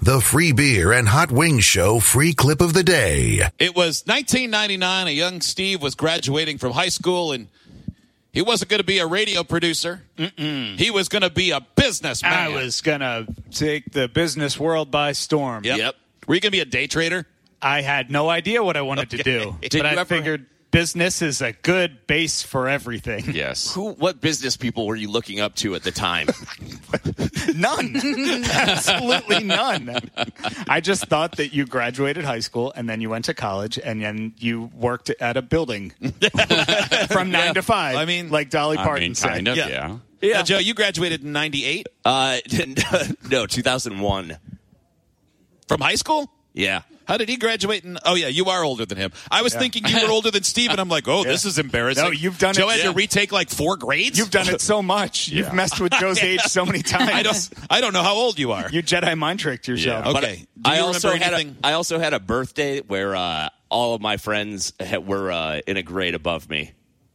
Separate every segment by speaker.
Speaker 1: The Free Beer and Hot Wings Show free clip of the day.
Speaker 2: It was 1999. A young Steve was graduating from high school, and he wasn't going to be a radio producer. Mm-mm. He was going to be a businessman.
Speaker 3: I was gonna take the business world by storm.
Speaker 2: Yep. Were you going to be a day trader?
Speaker 3: I had no idea what I wanted to do,
Speaker 2: Did
Speaker 3: but
Speaker 2: you
Speaker 3: I
Speaker 2: ever-
Speaker 3: figured business is a good base for everything.
Speaker 4: Yes.
Speaker 5: Who? What business people were you looking up to at the time?
Speaker 3: None, absolutely none. I just thought that you graduated high school and then you went to college and then you worked at a building from nine to five.
Speaker 2: I mean-
Speaker 3: like Dolly
Speaker 4: I
Speaker 3: Parton
Speaker 4: mean,
Speaker 3: said.
Speaker 4: kind of,
Speaker 2: Yeah.
Speaker 4: yeah.
Speaker 2: Yeah. Joe, you graduated in 98
Speaker 5: Uh, no, 2001.
Speaker 2: from high school?
Speaker 5: Yeah.
Speaker 2: How did he graduate? In, oh, yeah, you are older than him. I was thinking you were older than Steve, and I'm like, oh, this is embarrassing.
Speaker 3: No, you've done
Speaker 2: Joe
Speaker 3: it-
Speaker 2: had to
Speaker 3: yeah.
Speaker 2: retake like four grades?
Speaker 3: You've done it so much. You've messed with Joe's age so many times.
Speaker 2: I don't, I don't know how old you are.
Speaker 3: You Jedi mind tricked yourself.
Speaker 2: Okay. Do
Speaker 5: But
Speaker 2: you
Speaker 5: I
Speaker 2: remember
Speaker 5: also had a,
Speaker 2: anything?
Speaker 5: I also had a birthday where uh, all of my friends had, were uh, in a grade above me.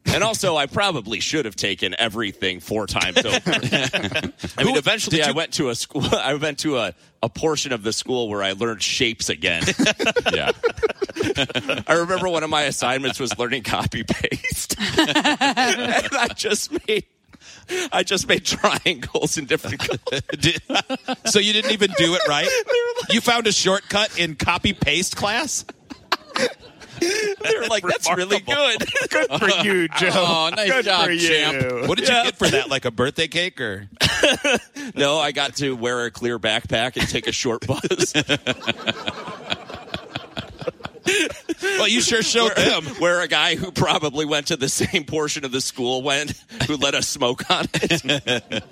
Speaker 5: And also, I probably should have taken everything four times over. I mean, eventually, I went to a school. I went to a, a portion of the school where I learned shapes again.
Speaker 4: Yeah.
Speaker 5: I remember one of my assignments was learning copy paste, and I just made I just made triangles in different colors.
Speaker 2: so you didn't even do it right? you found a shortcut in copy paste class?
Speaker 5: They were like, "That's really good."
Speaker 3: Good for you, Joe.
Speaker 4: Oh, nice
Speaker 3: Good
Speaker 4: job,
Speaker 3: for you.
Speaker 4: champ.
Speaker 2: What did you get for that? Like a birthday cake or?
Speaker 5: No, I got to wear a clear backpack and take a short bus.
Speaker 2: Well, you sure showed them.
Speaker 5: Where a guy who probably went to the same portion of the school went, who let us smoke on it.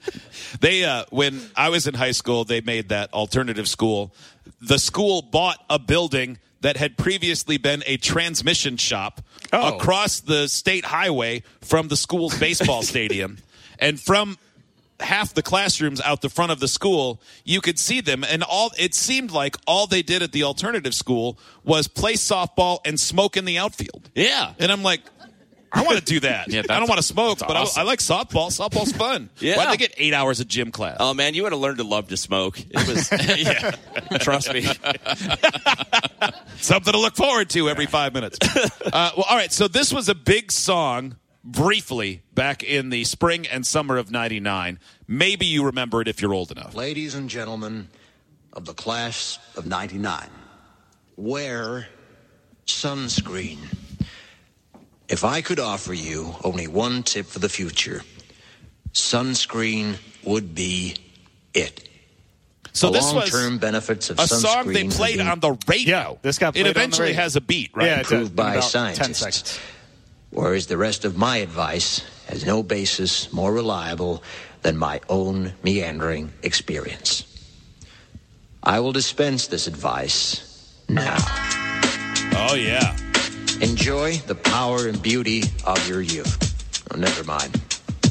Speaker 2: They uh, when I was in high school, they made that alternative school. The school bought a building that had previously been a transmission shop
Speaker 3: Oh.
Speaker 2: across the state highway from the school's baseball stadium, and from half the classrooms out the front of the school you could see them and all it seemed like all they did at the alternative school was play softball and smoke in the outfield
Speaker 5: Yeah.
Speaker 2: and i'm like i want to do that
Speaker 4: Yeah,
Speaker 2: i don't
Speaker 4: that's-
Speaker 2: want to smoke
Speaker 4: that's
Speaker 2: but I-
Speaker 4: awesome.
Speaker 2: I, like softball softball's fun
Speaker 5: Yeah.
Speaker 2: why'd they get eight hours of gym class
Speaker 5: Oh man, you would have learned to love to smoke. It was, yeah. Trust me.
Speaker 2: something to look forward to every five minutes. Uh, well, all right. So this was a big song briefly back in the spring and summer of 99. Maybe you remember it if you're old enough.
Speaker 6: Ladies and gentlemen of the class of 99, wear sunscreen. If I could offer you only one tip for the future, sunscreen would be it.
Speaker 2: So
Speaker 6: the
Speaker 2: this was
Speaker 6: long-term benefits of
Speaker 2: a
Speaker 6: sunscreen
Speaker 2: song they
Speaker 6: have
Speaker 2: played
Speaker 6: been
Speaker 2: on the radio.
Speaker 3: Yeah, this got
Speaker 2: It
Speaker 3: played on the
Speaker 2: eventually
Speaker 3: radio.
Speaker 2: has a beat, right?
Speaker 3: Yeah, it does.
Speaker 6: proved
Speaker 3: In
Speaker 6: by
Speaker 3: about Ten
Speaker 6: scientists.
Speaker 3: seconds.
Speaker 6: Whereas the rest of my advice has no basis more reliable than my own meandering experience. I will dispense this advice now.
Speaker 2: Oh yeah.
Speaker 6: Enjoy the power and beauty of your youth. Oh, never mind.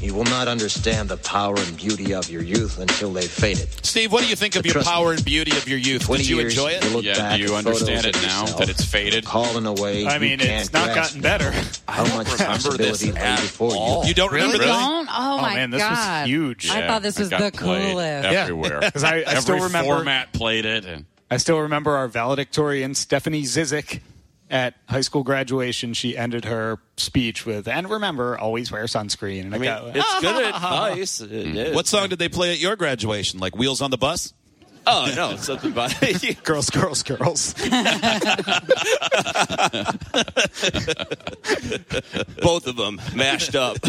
Speaker 6: You will not understand the power and beauty of your youth until they've faded.
Speaker 2: Steve, what do you think of
Speaker 6: But
Speaker 2: your
Speaker 6: trust
Speaker 2: power and beauty of your youth?
Speaker 6: 20
Speaker 2: Did you
Speaker 6: years,
Speaker 2: enjoy it?
Speaker 6: You look
Speaker 4: Yeah, do
Speaker 6: back
Speaker 4: you
Speaker 6: at photos
Speaker 4: understand
Speaker 6: of
Speaker 4: it now
Speaker 6: yourself,
Speaker 4: that it's faded?
Speaker 6: Calling away.
Speaker 3: I mean, it's not gotten better.
Speaker 7: Oh
Speaker 6: How much
Speaker 5: remember this
Speaker 6: responsibility lay
Speaker 5: at
Speaker 6: before
Speaker 5: all.
Speaker 6: you?
Speaker 2: You don't remember
Speaker 3: Really?
Speaker 2: that?
Speaker 7: Don't? Oh,
Speaker 3: Oh,
Speaker 7: my
Speaker 3: man, this was
Speaker 7: God.
Speaker 3: huge.
Speaker 7: I
Speaker 4: Yeah,
Speaker 7: thought this
Speaker 4: it
Speaker 7: was
Speaker 4: got
Speaker 7: the
Speaker 4: played
Speaker 7: coolest.
Speaker 4: Everywhere.
Speaker 3: 'Cause I- I
Speaker 4: Every
Speaker 3: still remember-
Speaker 4: format played it. And
Speaker 3: I still remember our valedictorian, Stephanie Zizek, at high school graduation. She ended her speech with, and remember, always wear sunscreen. And I,
Speaker 5: I mean,
Speaker 3: got,
Speaker 5: it's good advice. It is.
Speaker 2: What song did they play at your graduation? Like Wheels on the Bus?
Speaker 5: Oh no, something about
Speaker 3: girls, girls, girls.
Speaker 5: both of them mashed up.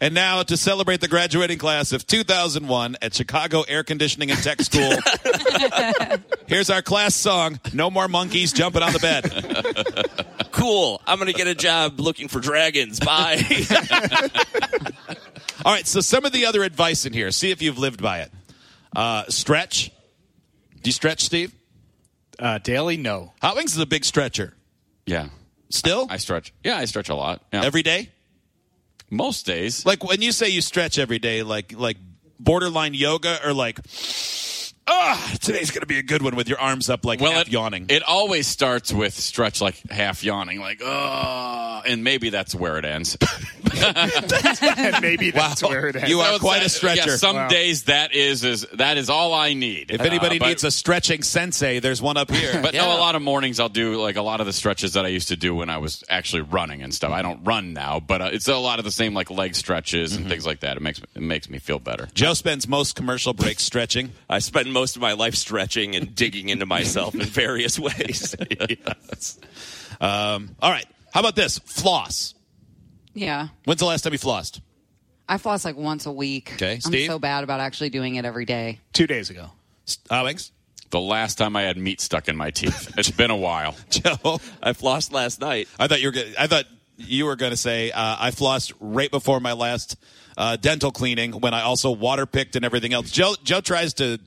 Speaker 2: And now to celebrate the graduating class of 2001 at Chicago Air Conditioning and Tech School. Here's our class song, No More Monkeys Jumping on the Bed.
Speaker 5: Cool. I'm gonna get a job looking for dragons. Bye.
Speaker 2: All right, so some of the other advice in here, see if you've lived by it. Uh, stretch, Do you stretch, Steve?
Speaker 3: Uh, daily, no.
Speaker 2: Hot Wings is a big stretcher.
Speaker 4: Yeah.
Speaker 2: Still?
Speaker 4: I stretch. Yeah, I stretch a lot. Yeah.
Speaker 2: every day?
Speaker 4: most days.
Speaker 2: Like when you say you stretch every day, like like borderline yoga or like ah, today's gonna be a good one with your arms up like half
Speaker 4: it,
Speaker 2: yawning.
Speaker 4: It always starts with stretch like half yawning, like oh, and maybe that's where it ends.
Speaker 3: And maybe that's where it ends.
Speaker 2: You are
Speaker 4: So
Speaker 2: quite a
Speaker 4: it's that- yeah,
Speaker 2: stretcher.
Speaker 4: some
Speaker 3: Wow.
Speaker 4: days that is is that is all I need.
Speaker 2: if anybody
Speaker 4: Uh, but-
Speaker 2: needs a stretching sensei, there's one up here.
Speaker 4: But no, a lot of mornings I'll do like a lot of the stretches that I used to do when I was actually running and stuff. I don't run now, but uh, it's a lot of the same like leg stretches
Speaker 2: Mm-hmm.
Speaker 4: and things like that. It makes it makes me feel better.
Speaker 2: Joe spends most commercial breaks stretching.
Speaker 5: I spend most of my life stretching and digging into myself in various ways. Yes.
Speaker 2: Um, all right. How about this? Floss.
Speaker 7: Yeah.
Speaker 2: When's the last time you flossed?
Speaker 7: I floss like once a week.
Speaker 2: Okay,
Speaker 7: I'm
Speaker 2: Steve?
Speaker 7: so bad about actually doing it every day.
Speaker 3: Two days ago.
Speaker 2: Hot Wings?
Speaker 4: The last time I had meat stuck in my teeth, it's been a while.
Speaker 2: Joe?
Speaker 5: I flossed last night.
Speaker 2: I thought you were. Gonna, I thought you were going to say uh, I flossed right before my last uh, dental cleaning when I also water picked and everything else. Joe Joe tries to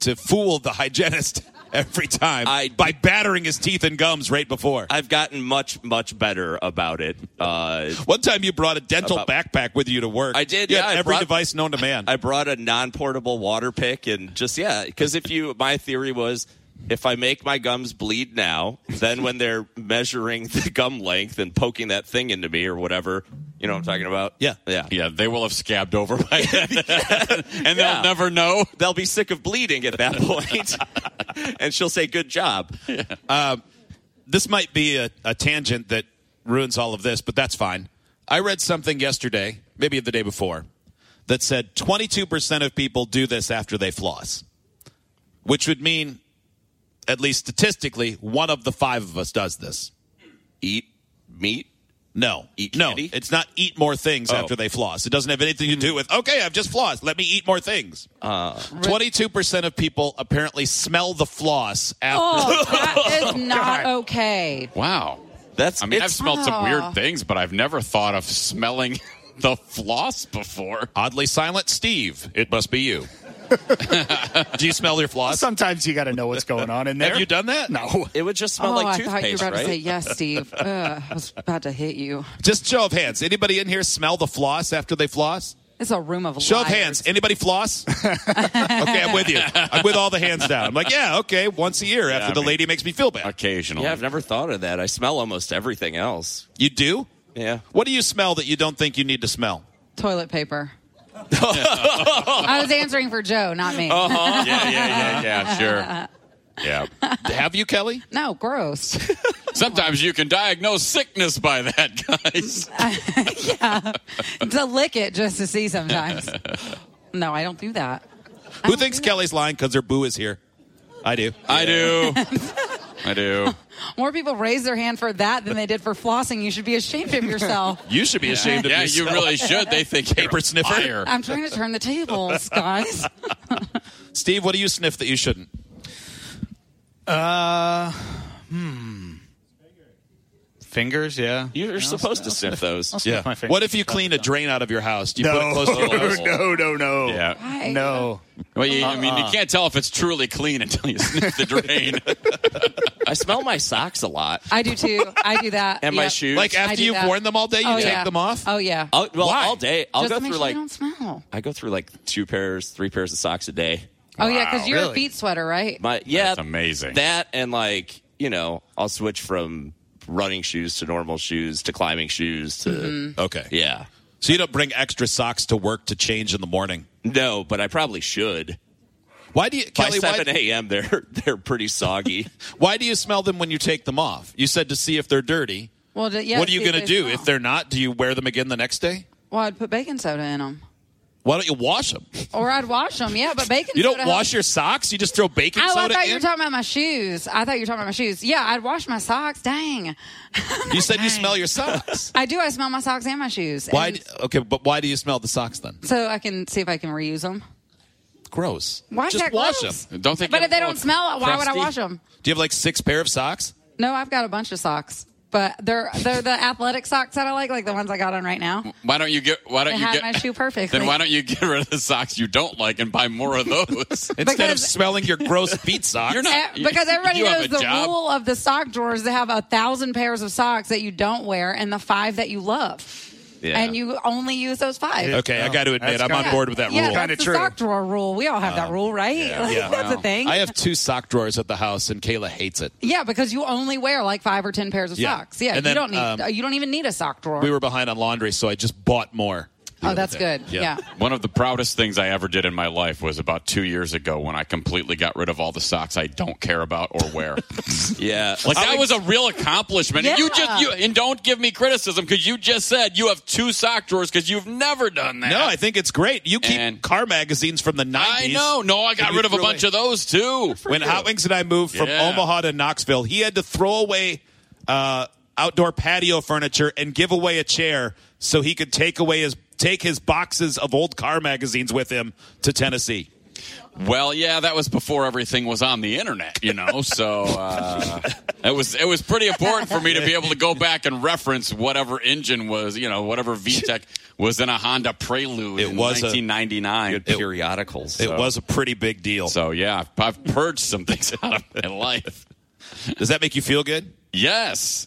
Speaker 2: to fool the hygienist every time
Speaker 5: I-
Speaker 2: by battering his teeth and gums right before.
Speaker 5: I've gotten much, much better about it. Uh,
Speaker 2: One time you brought a dental
Speaker 5: About-
Speaker 2: backpack with you to work.
Speaker 5: I did,
Speaker 2: You
Speaker 5: yeah,
Speaker 2: had
Speaker 5: I
Speaker 2: every
Speaker 5: brought-
Speaker 2: device known to man.
Speaker 5: I brought a non-portable water pick and just yeah, because if you, my theory was, if I make my gums bleed now, then when they're measuring the gum length and poking that thing into me or whatever, you know what I'm talking about?
Speaker 2: Yeah.
Speaker 5: yeah,
Speaker 4: Yeah, they will have scabbed over by then, and
Speaker 5: Yeah.
Speaker 4: they'll never know.
Speaker 5: They'll be sick of bleeding at that point, and she'll say, "Good job."
Speaker 2: Um, this might be a, a tangent that ruins all of this, but that's fine. I read something yesterday, maybe the day before, that said 22% of people do this after they floss, which would mean, at least statistically, one of the five of us does this.
Speaker 5: Eat meat.
Speaker 2: No.
Speaker 5: Eat
Speaker 2: no,
Speaker 5: candy? Oh. Hmm.
Speaker 2: it's not eat more things after they floss. It doesn't have anything to do with, okay, I've just flossed. Let me eat more things.
Speaker 5: Uh-huh.
Speaker 2: 22% of people apparently smell the floss after.
Speaker 7: Oh, that is not okay.
Speaker 4: Wow.
Speaker 5: That's
Speaker 4: I mean, I've
Speaker 5: it's-
Speaker 4: smelled some
Speaker 7: Aw.
Speaker 4: weird things, but I've never thought of smelling the floss before.
Speaker 2: Oddly silent, Steve. It must be you. Do you smell your floss?
Speaker 3: Sometimes you got to know what's going on in there.
Speaker 2: Have you done that?
Speaker 3: No.
Speaker 5: it would just smell
Speaker 7: oh,
Speaker 5: like
Speaker 7: I
Speaker 5: toothpaste,
Speaker 7: thought you were about
Speaker 5: right?
Speaker 7: to say yes, Steve. Ugh, I was about to hit you.
Speaker 2: Just show of hands. Anybody in here smell the floss after they floss?
Speaker 7: It's a room of
Speaker 2: Show of
Speaker 7: liars.
Speaker 2: hands. Anybody floss? okay, I'm with you. I'm with all the hands down. I'm like, yeah, okay, once a year after
Speaker 4: I
Speaker 2: the
Speaker 4: mean-
Speaker 2: lady makes me feel bad.
Speaker 4: Occasionally.
Speaker 5: yeah, I've never thought of that. I smell almost everything else.
Speaker 2: You do?
Speaker 5: Yeah.
Speaker 2: What do you smell that you don't think you need to smell?
Speaker 7: Toilet paper. I was answering for Joe, not me.
Speaker 4: yeah, yeah, yeah, yeah, sure. Yeah.
Speaker 2: Have you, Kelly?
Speaker 7: No, gross.
Speaker 4: Sometimes you can diagnose sickness by that, guys.
Speaker 7: to lick it just to see sometimes. No, I don't do that.
Speaker 2: Who thinks Kelly's lying because her boo is here? I do.
Speaker 4: I do. I do.
Speaker 7: More people raise their hand for that than they did for flossing. You should be ashamed of yourself.
Speaker 2: You should be ashamed of
Speaker 4: Yeah, you
Speaker 2: yourself.
Speaker 4: really should. They think
Speaker 2: Paper
Speaker 4: you're a
Speaker 2: sniffer?
Speaker 4: liar.
Speaker 7: I'm trying to turn the tables, guys.
Speaker 2: Steve, what do you sniff that you shouldn't?
Speaker 3: Uh, hmm. Fingers, yeah.
Speaker 5: You're supposed to sniff those.
Speaker 3: I'll sniff my fingers.
Speaker 2: What if you clean a drain out of your house? Do you put it
Speaker 3: No.
Speaker 2: close to your house?
Speaker 3: no, no, no.
Speaker 4: Yeah.
Speaker 7: I-
Speaker 3: No.
Speaker 4: Well, you, I
Speaker 5: Uh-uh.
Speaker 4: mean, you can't tell if it's truly clean until you sniff the drain.
Speaker 5: I smell my socks a lot
Speaker 7: I do too. I do that.
Speaker 5: and my
Speaker 7: Yep.
Speaker 5: shoes.
Speaker 2: Like
Speaker 7: I
Speaker 2: after
Speaker 7: do
Speaker 2: you've
Speaker 7: that.
Speaker 2: worn them all day, you
Speaker 7: Oh,
Speaker 2: take
Speaker 7: yeah.
Speaker 2: them off.
Speaker 7: Oh yeah.
Speaker 5: I'll, well,
Speaker 2: Why?
Speaker 5: all day. I'll
Speaker 7: just
Speaker 5: go
Speaker 7: to make
Speaker 5: through
Speaker 7: sure
Speaker 5: like
Speaker 7: they don't smell.
Speaker 5: I go through like two pairs, three pairs of socks a day.
Speaker 7: Oh yeah, because you're
Speaker 3: Really?
Speaker 7: a feet sweater, right?
Speaker 5: My yeah,
Speaker 4: That's amazing.
Speaker 5: That and like you know, I'll switch from running shoes to normal shoes to climbing shoes to
Speaker 7: Mm-hmm.
Speaker 2: Okay.
Speaker 5: yeah.
Speaker 2: So you don't bring extra socks to work to change in the morning.
Speaker 5: No, but I probably should.
Speaker 2: Why do you, Kelly?
Speaker 5: By
Speaker 2: Why,
Speaker 5: seven a.m., they're they're pretty soggy.
Speaker 2: why do you smell them when you take them off? You said to see if they're dirty.
Speaker 7: Well, d- yeah.
Speaker 2: what are you
Speaker 7: see if
Speaker 2: going to
Speaker 7: they
Speaker 2: do
Speaker 7: smell.
Speaker 2: if they're not? Do you wear them again the next day?
Speaker 7: Well, I'd put baking soda in them,
Speaker 2: Why don't you wash them?
Speaker 7: or I'd wash them. Yeah, but baking.
Speaker 2: You don't
Speaker 7: soda
Speaker 2: wash your socks. You just throw baking
Speaker 7: Oh, I
Speaker 2: soda
Speaker 7: thought
Speaker 2: in.
Speaker 7: you were talking about my shoes. I thought you were talking about my shoes. Yeah, I'd wash my socks. Dang,
Speaker 2: you said you smell your socks.
Speaker 7: I do. I smell my socks and my shoes.
Speaker 2: why?
Speaker 7: And
Speaker 2: d- Okay, but why do you smell the socks then?
Speaker 7: so I can see if I can reuse them.
Speaker 2: Gross.
Speaker 7: Why is
Speaker 2: just
Speaker 7: that
Speaker 2: wash
Speaker 7: gross?
Speaker 2: them.
Speaker 4: Don't think
Speaker 7: But
Speaker 4: it-
Speaker 7: if they don't
Speaker 4: oh,
Speaker 7: smell, why would I
Speaker 4: crusty.
Speaker 7: wash them?
Speaker 2: Do you have like six pair of socks?
Speaker 7: No, I've got a bunch of socks, but they're they're the athletic socks that I like, like the ones I got on right now.
Speaker 4: Why don't you get? Why don't
Speaker 7: They
Speaker 4: you
Speaker 7: had
Speaker 4: get
Speaker 7: my shoe perfectly.
Speaker 4: Then why don't you get rid of the socks you don't like and buy more of those?
Speaker 2: Instead of
Speaker 7: Because-
Speaker 2: smelling your gross feet socks,
Speaker 4: You're not-
Speaker 7: Eh, because everybody
Speaker 4: You have
Speaker 7: knows
Speaker 4: a
Speaker 7: the
Speaker 4: job.
Speaker 7: rule of the sock drawers to have a thousand pairs of socks that you don't wear and the five that you love.
Speaker 5: Yeah.
Speaker 7: And you only use those five.
Speaker 2: Okay, I got to admit, I'm
Speaker 3: That's
Speaker 2: on
Speaker 3: kinda-
Speaker 2: board with that
Speaker 7: yeah,
Speaker 2: rule. Um,
Speaker 7: That's
Speaker 3: Kinda
Speaker 7: the
Speaker 3: true.
Speaker 7: sock drawer rule. We all have that rule, right? Like, that's a thing.
Speaker 2: I have two sock drawers at the house, and Kayla hates it.
Speaker 7: yeah, because you only wear like five or ten pairs of
Speaker 2: Yeah.
Speaker 7: socks. Yeah,
Speaker 2: And
Speaker 7: you
Speaker 2: then,
Speaker 7: don't need.
Speaker 2: um,
Speaker 7: uh, you don't even need a sock drawer.
Speaker 2: We were behind on laundry, so I just bought more.
Speaker 7: oh, that's good.
Speaker 2: Yeah.
Speaker 7: Yeah.
Speaker 4: One of the proudest things I ever did in my life was about two years ago when I completely got rid of all the socks I don't care about or wear.
Speaker 5: Yeah.
Speaker 4: Like that was a real accomplishment. And You
Speaker 7: Yeah.
Speaker 4: just you and don't give me criticism because you just said you have two sock drawers because you've never done that.
Speaker 2: No, I think it's great. You keep
Speaker 4: And-
Speaker 2: car magazines from the 90s.
Speaker 4: I know. No, I got
Speaker 2: And you
Speaker 4: rid of a
Speaker 2: threw
Speaker 4: bunch
Speaker 2: away-
Speaker 4: of those too.
Speaker 2: When Hot Wings and I moved from
Speaker 4: Yeah.
Speaker 2: Omaha to Knoxville, he had to throw away uh, outdoor patio furniture and give away a chair so he could take away his take his boxes of old car magazines with him to Tennessee.
Speaker 4: Well, yeah, that was before everything was on the internet, you know. So uh, it was it was pretty important for me to be able to go back and reference whatever engine was, you know, whatever VTEC was in a Honda Prelude
Speaker 2: It
Speaker 4: in
Speaker 2: was a-
Speaker 4: 1999.
Speaker 5: periodicals.
Speaker 2: It was a pretty big deal.
Speaker 4: So yeah, I've, I've purged some things out of my life.
Speaker 2: Does that make you feel good?
Speaker 4: Yes,